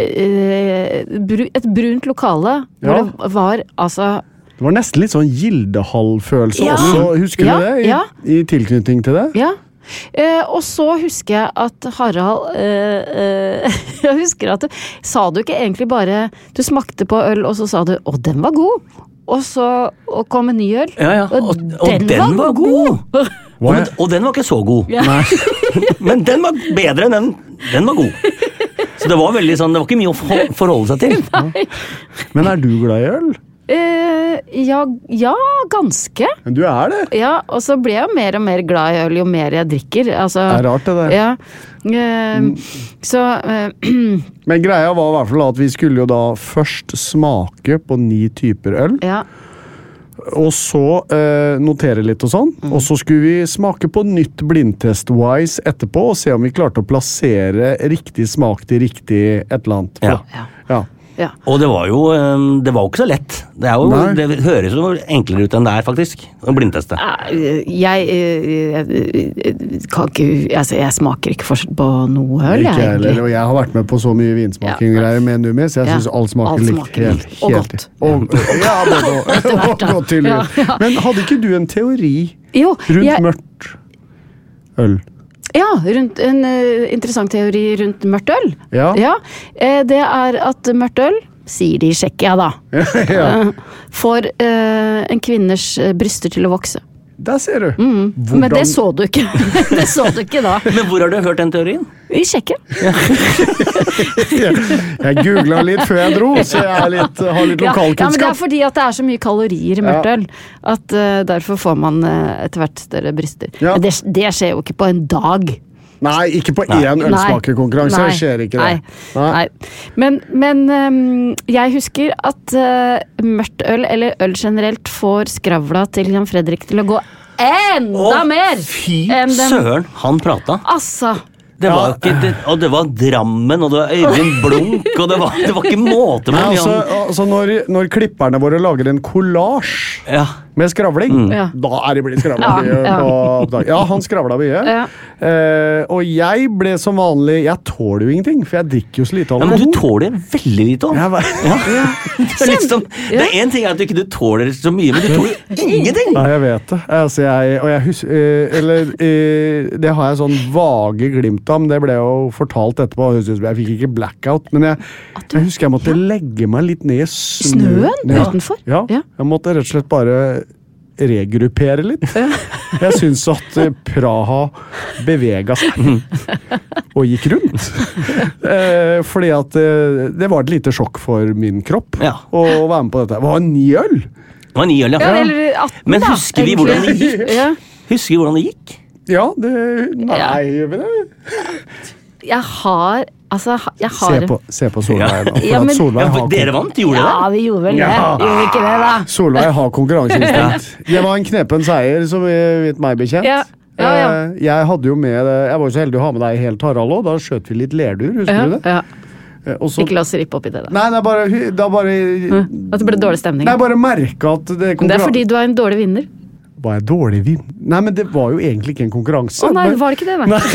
S3: eh, bru, Et brunt lokale hvor
S2: Ja.
S3: det var altså
S2: Det var nesten litt sånn Gildehall-følelse
S3: Ja.
S2: også, husker
S3: Ja,
S2: du det? I,
S3: ja.
S2: I tilknytning til det.
S3: Ja. Eh, og så husker jeg at Harald eh, eh, Jeg husker at du, Sa du ikke egentlig bare Du smakte på øl, og så sa du 'Å, den var god'. Og så og kom en ny øl.
S1: Ja, ja. Og, og den, var god! Og, men, og den var ikke så god. men den var bedre enn den. Den var god. Så det var veldig sånn, det var ikke mye å forhol- forholde seg til.
S2: Men er du glad i øl?
S3: Eh, ja, ja, ganske.
S2: Du er det.
S3: Ja, og så blir jeg jo mer og mer glad i øl jo mer jeg drikker. Altså,
S2: Det er rart, det der.
S3: Ja. Eh, Så eh,
S2: Men greia var i hvert fall at vi skulle jo da først smake på ni typer øl.
S3: Ja.
S2: Og så eh, notere litt og sånn. Og så skulle vi smake på nytt blindtest-wise etterpå og se om vi klarte å plassere riktig smak til riktig et eller annet.
S1: Ja.
S2: Ja.
S3: ja.
S1: Og det var jo øhm, det var jo ikke så lett. Det, er jo,
S2: Nei.
S1: det høres jo enklere ut enn det er, faktisk. Å blindteste.
S3: Eh, Jeg, eh, jeg, eh, kan ikke altså, Jeg smaker ikke forskjell på noe øl, jeg,
S2: Ikke jeg heller,
S3: egentlig.
S2: og jeg har vært med på så mye vinsmaking og greier med Numis. Jeg
S3: Ja.
S2: syns alt
S3: Alt
S2: smaker likt.
S3: smaker
S2: helt-
S3: likt. Og
S2: helt-
S3: godt.
S2: Og, ja, både og. og godt, tydeligvis.
S3: Ja, ja.
S2: Men hadde ikke du en teori
S3: Jo,
S2: rundt
S3: jeg,
S2: mørkt øl?
S3: ja, rundt en eh, interessant teori rundt mørkt øl.
S2: Ja.
S3: eh, det er at mørkt øl, sier de i Tsjekkia da,
S2: ja.
S3: eh, får eh, en kvinners eh, bryster til å vokse.
S2: Der ser du.
S3: Mm. Men det så du ikke. det så du ikke da.
S1: Men hvor har du hørt den teorien?
S3: I Tsjekkia.
S2: Jeg googla litt før jeg dro, så jeg er litt, har litt
S3: Ja, ja, men det er
S2: lokalkunnskap.
S3: fordi at det er så mye kalorier i mørkt
S2: Ja.
S3: øl. At eh, derfor får man eh, etter hvert større bryster.
S2: Ja.
S3: Men det, det skjer jo ikke på en dag.
S2: Nei, ikke på én
S3: Nei.
S2: ølsmakerkonkurranse.
S3: Nei.
S2: Det skjer ikke
S3: Nei.
S2: det. Nei.
S3: Nei. Men, men ehm, jeg husker at eh, mørkt øl, eller øl generelt, får skravla til Jan Fredrik til å gå enda
S1: Å,
S3: mer!
S1: Fy
S3: enn den-
S1: søren, han prata!
S3: Altså!
S1: Det var ikke, det, og det var Drammen, og det var Øyvind Blunk, og det var, det var ikke måte på
S2: Nei,
S1: hvor mye
S2: altså,
S1: han
S2: altså når, når klipperne våre lager en kollasj
S1: ja. Mm.
S2: med skravling,
S3: Ja.
S2: da er det blitt skravla
S3: Ja,
S2: mye.
S3: ja.
S2: På opptak. Ja, han skravla mye.
S3: Ja.
S2: Eh, og jeg ble som vanlig Jeg tåler jo ingenting, for jeg drikker jo så lite
S1: ja, men du
S2: alkohol.
S1: tåler veldig lite òg.
S2: Jeg var-
S1: Det er liksom- det er én ting er at du ikke du tåler så mye, men du tåler ingenting!
S2: Nei, jeg vet det. Altså, jeg, og jeg husker Eller eh, det har jeg sånn vage glimt av, men det ble jo fortalt etterpå. og Jeg, synes- jeg fikk ikke blackout, men jeg, jeg husker jeg måtte legge meg litt ned i snøen.
S3: Snøen utenfor?
S2: Ja.
S3: Ja.
S2: Jeg måtte rett og slett bare regruppere litt. Jeg syns at eh, Praha bevega seg. Og gikk rundt. Eh, Fordi at eh, det var et lite sjokk for min kropp
S1: Ja.
S2: å være med på dette. Det var ni øl!
S1: Det var ni øl,
S3: Ja,
S1: ja.
S3: Eller 18,
S1: Men
S3: da.
S1: husker vi hvordan det gikk?
S3: Ja.
S1: Husker vi hvordan det gikk?
S2: Ja, det Nei, gjør vi det?
S3: Jeg har Altså, jeg har
S2: Se på, se på Solveig, da. For
S3: Ja, men-
S2: at Solveig,
S1: Ja,
S2: har
S1: dere
S2: kon-
S1: vant, gjorde
S3: Ja,
S1: dere det?
S3: vi gjorde vel det.
S2: Ja.
S3: Gjorde vi ikke det, da?
S2: Solveig har konkurranseinstinkt. Det var en knepen seier, som vi- vidt meg bekjent.
S3: Ja. Ja, ja.
S2: Eh, Jeg hadde jo med eh, Jeg var jo så heldig å ha med deg helt, Harald òg. Da skjøt vi litt lerdur, husker du det?
S3: Ja.
S2: Eh, Og så-
S3: Ikke la oss rippe opp i det, da.
S2: Nei, det er bare, hu- da bare
S3: At det ble dårlig stemning.
S2: Nei, bare merka at det
S3: Men det er fordi du er en dårlig vinner.
S2: Var jeg dårlig vin... Nei, men det var jo egentlig ikke en konkurranse.
S3: Å nei,
S2: men-
S3: var det ikke det? Nei.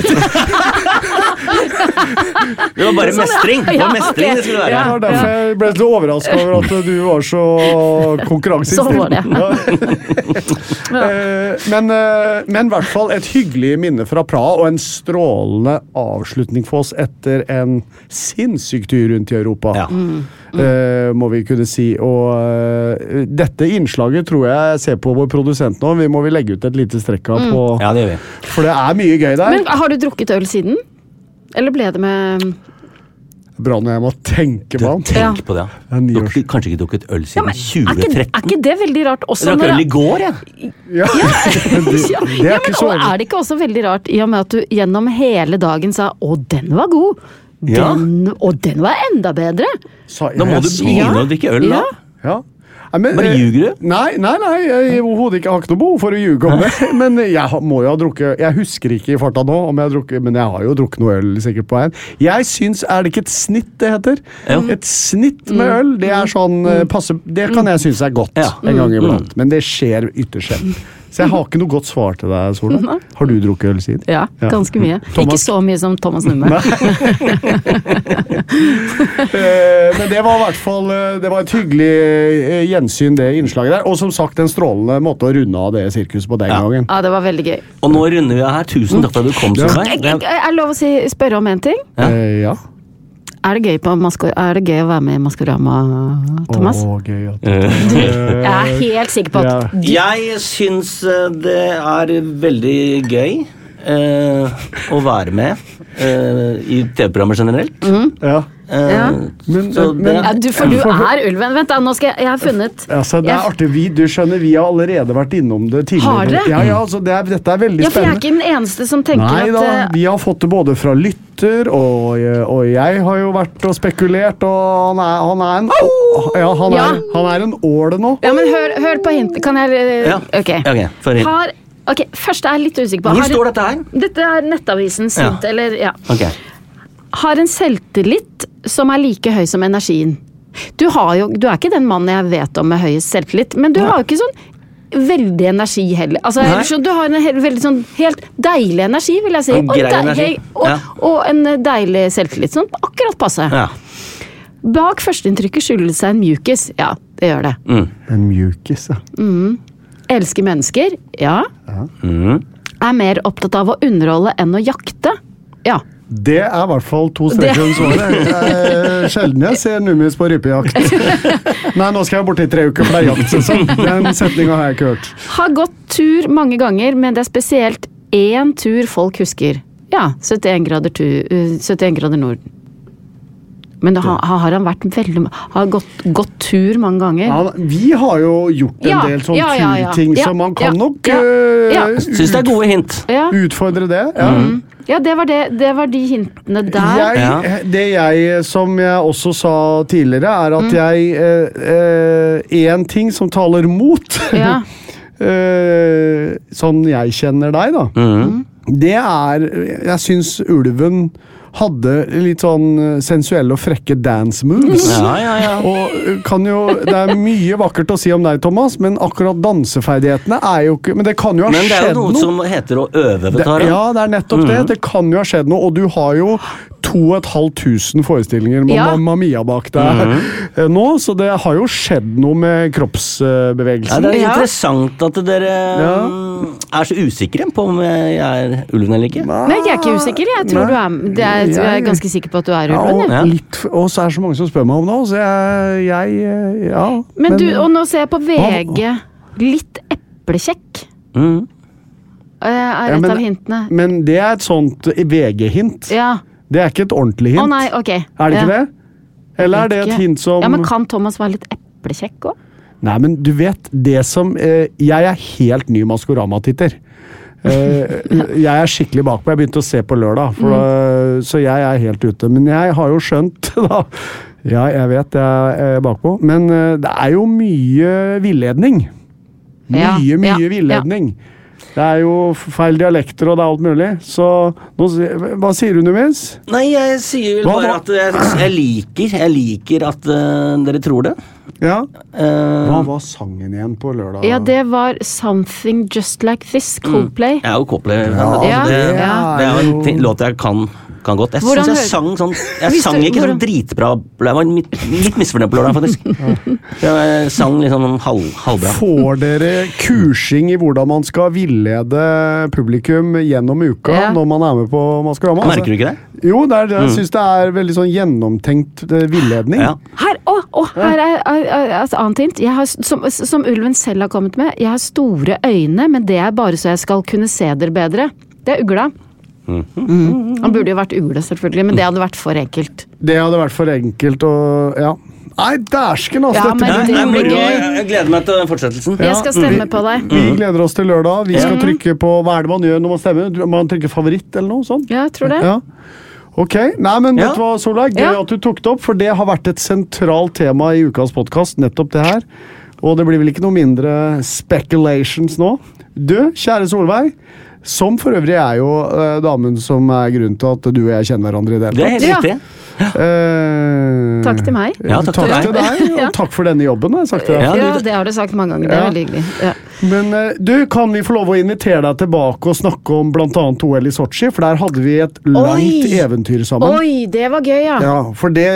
S1: Det var bare mestring! Det var
S3: Sånn, Ja,
S1: mestring
S3: ok.
S1: det skulle være.
S2: Det var derfor jeg ble så overraska over at du var så konkurranseinstinkt.
S3: Sånn var det.
S2: Eh, men, eh, men i hvert fall et hyggelig minne fra Praha, og en strålende avslutning for oss etter en sinnssyk tur rundt i Europa.
S1: Ja.
S3: Mm.
S2: Eh, må vi kunne si. Og eh, dette innslaget tror jeg jeg ser på vår produsent nå. Vi må vi legge ut et lite strekk av på
S1: ja, det gjør vi.
S2: For det er mye gøy der.
S3: Mm. Men har du drukket øl siden? Eller ble det med
S2: Bra når jeg må tenke
S1: Du,
S2: meg om.
S3: Ja.
S1: tenk på det.
S2: Det er ni
S1: Du
S2: år
S1: har ikke- kanskje ikke drukket øl siden
S3: er ikke,
S1: 2013?
S3: er ikke det veldig rart også
S1: Jeg drakk
S3: når
S1: øl i går, jeg.
S2: Ja. Men det,
S3: ja,
S2: det er
S3: ja, men,
S2: ikke så
S3: og er det ikke også veldig rart i og med at du gjennom hele dagen sa 'å, den var god', den,
S1: Ja.
S3: og 'den var enda bedre'?
S2: Sa-
S1: Da må
S2: jeg
S1: du
S2: sa-
S1: begynne å drikke øl, da.
S3: Ja.
S2: Ja. Nei, men,
S1: Bare
S2: eh,
S1: ljuger du?
S2: Nei, nei, nei jeg overhodet ikke. Jeg har ikke noe behov for å ljuge om det. Men jeg har- må jo ha drukket Jeg husker ikke i farta nå, om jeg har drukket, men jeg har jo drukket noe øl sikkert på veien. Jeg syns Er det ikke et snitt det heter?
S1: Jo.
S2: Et snitt
S1: Mm.
S2: med øl, det er sånn eh, passe, Det kan jeg synes er godt
S1: Ja. Mm.
S2: en gang iblant, men det skjer ytterst sjelden. Så jeg har ikke noe godt svar til deg, Sola. Har du drukket øl siden?
S3: Ja, ganske mye. Ikke
S2: Thomas-
S3: så mye som Thomas Numme.
S2: Eh, Men det var i hvert fall eh, Det var et hyggelig eh, gjensyn, det innslaget der. Og som sagt, en strålende måte å runde av det sirkuset på den
S1: Ja.
S2: gangen.
S3: Ja, det var veldig gøy.
S1: Og nå runder vi av her. Tusen takk for at du kom, Solveig.
S3: Er
S1: Det er-
S3: det lov å si, spørre om én ting?
S1: Ja.
S2: Eh, ja.
S3: Er det gøy, på Masko- er det gøy å være med i Maskorama, Thomas?
S2: Å, gøy at
S3: Jeg er helt sikker på at
S2: Ja.
S1: Jeg syns eh, det er veldig gøy. eh, å være med eh, i TV-programmer generelt.
S2: ja.
S1: Eh,
S3: Mhm, Ja.
S2: Men-
S1: så
S2: men-
S1: det-
S3: ja, du, For du er ulven. Vent, da, nå skal jeg Jeg har funnet
S2: Altså, det
S3: jeg-
S2: er artig. Vi, du skjønner, vi har allerede vært innom det tidligere.
S3: Har dere?
S2: Ja, ja, altså, det er, dette er veldig
S3: Ja, for jeg er
S2: spennende.
S3: ikke den eneste som tenker
S2: Nei da,
S3: at eh,
S2: vi har fått det både fra lytter, og, og jeg har jo vært og spekulert, og han er, han er en Ja, han
S3: Ja.
S2: er, han er en åle nå.
S3: Ja, men hør, hør på hintet. Kan jeg eh,
S1: Ja.
S3: Ok.
S1: Ok, får jeg-
S3: Har Ok, først er jeg litt usikker på
S1: Hvor
S3: har-
S1: står dette her?
S3: Dette er Nettavisens
S1: Ja.
S3: hint, eller ja.
S1: Ok.
S3: Har en selvtillit som er like høy som energien. Du, har jo, du er ikke den mannen jeg vet om med høyest selvtillit, men du har jo ikke sånn veldig energi heller. Altså, jeg skjønner, du har en hel, veldig sånn helt deilig energi, vil jeg si.
S1: En grei
S3: dei-
S1: energi,
S3: Og,
S1: ja.
S3: og en eh, deilig selvtillit. Sånn akkurat passe.
S1: Ja.
S3: Bak førsteinntrykket skjuler det seg en mjukis. Ja, det gjør det.
S2: En mjukis, ja.
S3: Elsker mennesker. Ja. Er mer opptatt av å underholde enn å jakte. Ja.
S2: Det er i hvert fall to streker under svaret. Eh, Sjelden jeg ser nummis på rypejakt. Nei, nå skal jeg borte i tre uker, for det er jaktsesong. Den setninga har jeg ikke hørt.
S3: Har gått tur mange ganger, men det er spesielt én tur folk husker. Ja, 71 grader, tu, eh, 71 grader nord. Men da har, har han vært veldig Har gått, gått tur mange ganger.
S2: Han, vi har jo gjort en
S3: Ja,
S2: del sånne
S3: ja, ja, ja.
S2: turting,
S3: Ja,
S2: så man
S3: ja,
S2: kan nok
S3: ja,
S2: eh,
S3: ja.
S1: Syns det er gode hint.
S3: Ja,
S2: utfordre det. Ja.
S3: ja det, var det, det var de hintene der.
S2: Jeg,
S1: Ja.
S2: det jeg, som jeg også sa tidligere, er
S3: Mm.
S2: at jeg Én ting som taler mot
S3: Ja.
S2: eh, sånn jeg kjenner deg, da,
S1: Mm.
S2: det er Jeg syns ulven hadde litt sånn eh, sensuelle og frekke dance moves.
S1: Ja, ja, ja.
S2: Og eh, kan jo, Det er mye vakkert å si om deg, Thomas, men akkurat danseferdighetene er jo ikke Men det kan jo ha
S1: Men det er
S2: skjedd
S1: jo
S2: noe.
S1: noe som Mm. heter å øve,
S2: Det,
S1: vet du.
S2: ja, det er nettopp det. Det kan jo ha skjedd noe, og du har jo 2500 forestillinger med
S3: Ja.
S2: Mamma Mia bak deg
S1: Mm.
S2: eh, nå, så det har jo skjedd noe med
S1: Ja,
S2: kroppsbevegelsen.
S1: det er
S3: Ja.
S1: interessant at dere
S2: Ja.
S1: mm, er så usikre på om jeg er ulven eller ikke.
S3: Nei, jeg er ikke usikker. Jeg tror du er det er, Jeg er ganske sikker på at du er
S2: Ja,
S3: ulven.
S2: og,
S3: jeg.
S1: ja.
S2: litt, f- og så er det så mange som spør meg om det, så jeg, jeg eh, Ja.
S3: Men du, og nå ser jeg på VG. Litt eplekjekk
S1: Mm.
S3: eh, er
S2: Ja,
S3: et
S2: men-
S3: av hintene.
S2: men det er et sånt VG-hint.
S3: Ja.
S2: Det er ikke et ordentlig
S3: Å
S2: hint.
S3: nei, ok.
S2: Er det ikke det? Eller er det et
S3: Ikke.
S2: hint som
S3: Ja, men Kan Thomas være litt eplekjekk òg?
S2: Nei, men du vet det som eh, Jeg er helt ny Maskorama-titter. Eh, jeg er skikkelig bakpå. Jeg begynte å se på lørdag, for,
S3: Mm.
S2: eh, så jeg er helt ute. Men jeg har jo skjønt, da Ja, jeg vet jeg er bakpå, men eh, det er jo mye villedning. Mye,
S3: Ja, ja,
S2: mye
S3: ja.
S2: villedning. Det er jo feil dialekter, og det er alt mulig. Så nå, si- hva sier du, Numis?
S1: Nei, jeg sier vel
S2: Hva-
S1: bare
S2: hva-
S1: at jeg, jeg liker Jeg liker at eh, dere tror det.
S2: Ja.
S1: Eh,
S2: Hva var sangen igjen på lørdag?
S3: Ja, det var Something Just Like This, Coldplay.
S1: jeg er jo Coldplay. altså,
S3: Ja,
S1: det,
S3: ja.
S1: det er jo en ting, låt jeg kan, kan godt. Jeg
S3: Hvordan
S1: synes jeg
S3: hø-
S1: sang sånn Jeg
S3: Hvis
S1: sang
S3: du-
S1: ikke sånn
S3: hvordan-
S1: dritbra Jeg var litt, litt misfornøyd på lørdag, faktisk. Jeg sang liksom halv, halvbra.
S2: Får dere kursing i hvordan man skal villede publikum gjennom uka
S3: Ja.
S2: når man er med på Maskorama? Altså,
S1: Merker du ikke det?
S2: Jo, det er, det. jeg syns det er veldig sånn gjennomtenkt eh, villedning.
S1: Ja.
S3: Her, å, å, her er, er, er et annet hint. Jeg har, som, som ulven selv har kommet med. Jeg har store øyne, men det er bare så jeg skal kunne se dere bedre. Det er ugla. Mm. Han burde jo vært ugle, selvfølgelig, men det hadde vært for enkelt.
S2: Det hadde vært for enkelt å Ja. Nei, dæsken,
S3: Ja,
S2: altså! dette
S3: men
S2: blir
S3: det
S1: Nei,
S3: blir
S1: men
S3: gøy.
S1: jeg- Jeg gleder meg til fortsettelsen.
S3: Jeg skal stemme på deg.
S2: Vi gleder oss til lørdag. Vi
S3: Mm.
S2: skal trykke på Hva er det man gjør når man stemmer? Du- Man trykker favoritt eller noe sånt?
S3: Ja, jeg tror det.
S2: Ja. Ok. Nei, men
S1: Ja.
S2: vet du hva, Solveig? Gøy
S3: Ja.
S2: at du tok det opp, for det har vært et sentralt tema i ukas podkast, nettopp det her. Og det blir vel ikke noe mindre speculations nå. Du, kjære Solveig, som for øvrig er jo eh, damen som er grunnen til at du og jeg kjenner hverandre i det
S1: Det er helt
S3: Ja.
S1: riktig.
S2: Eh,
S3: Takk til meg.
S1: Ja, takk til deg.
S2: til deg.
S3: Ja.
S2: Og takk for denne jobben, har jeg sagt til deg.
S1: Ja,
S3: Ja,
S1: du-
S3: det har du sagt mange ganger. Det er
S2: Ja.
S3: veldig hyggelig. Ja.
S2: Men eh, du, kan vi få lov å invitere deg tilbake og snakke om bl.a. OL i Sotsji? For der hadde vi et langt
S3: Oi!
S2: eventyr sammen.
S3: Oi, det var gøy, ja.
S2: Ja, For det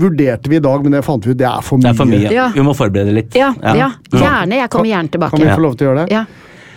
S2: vurderte vi i dag, men det fant vi ut det er for mye.
S1: Det er for mye.
S3: Ja.
S1: Vi må forberede litt.
S3: Ja, ja. Gjerne. Jeg kommer gjerne
S2: Kan vi
S3: tilbake.
S2: få lov til å gjøre det?
S3: Ja.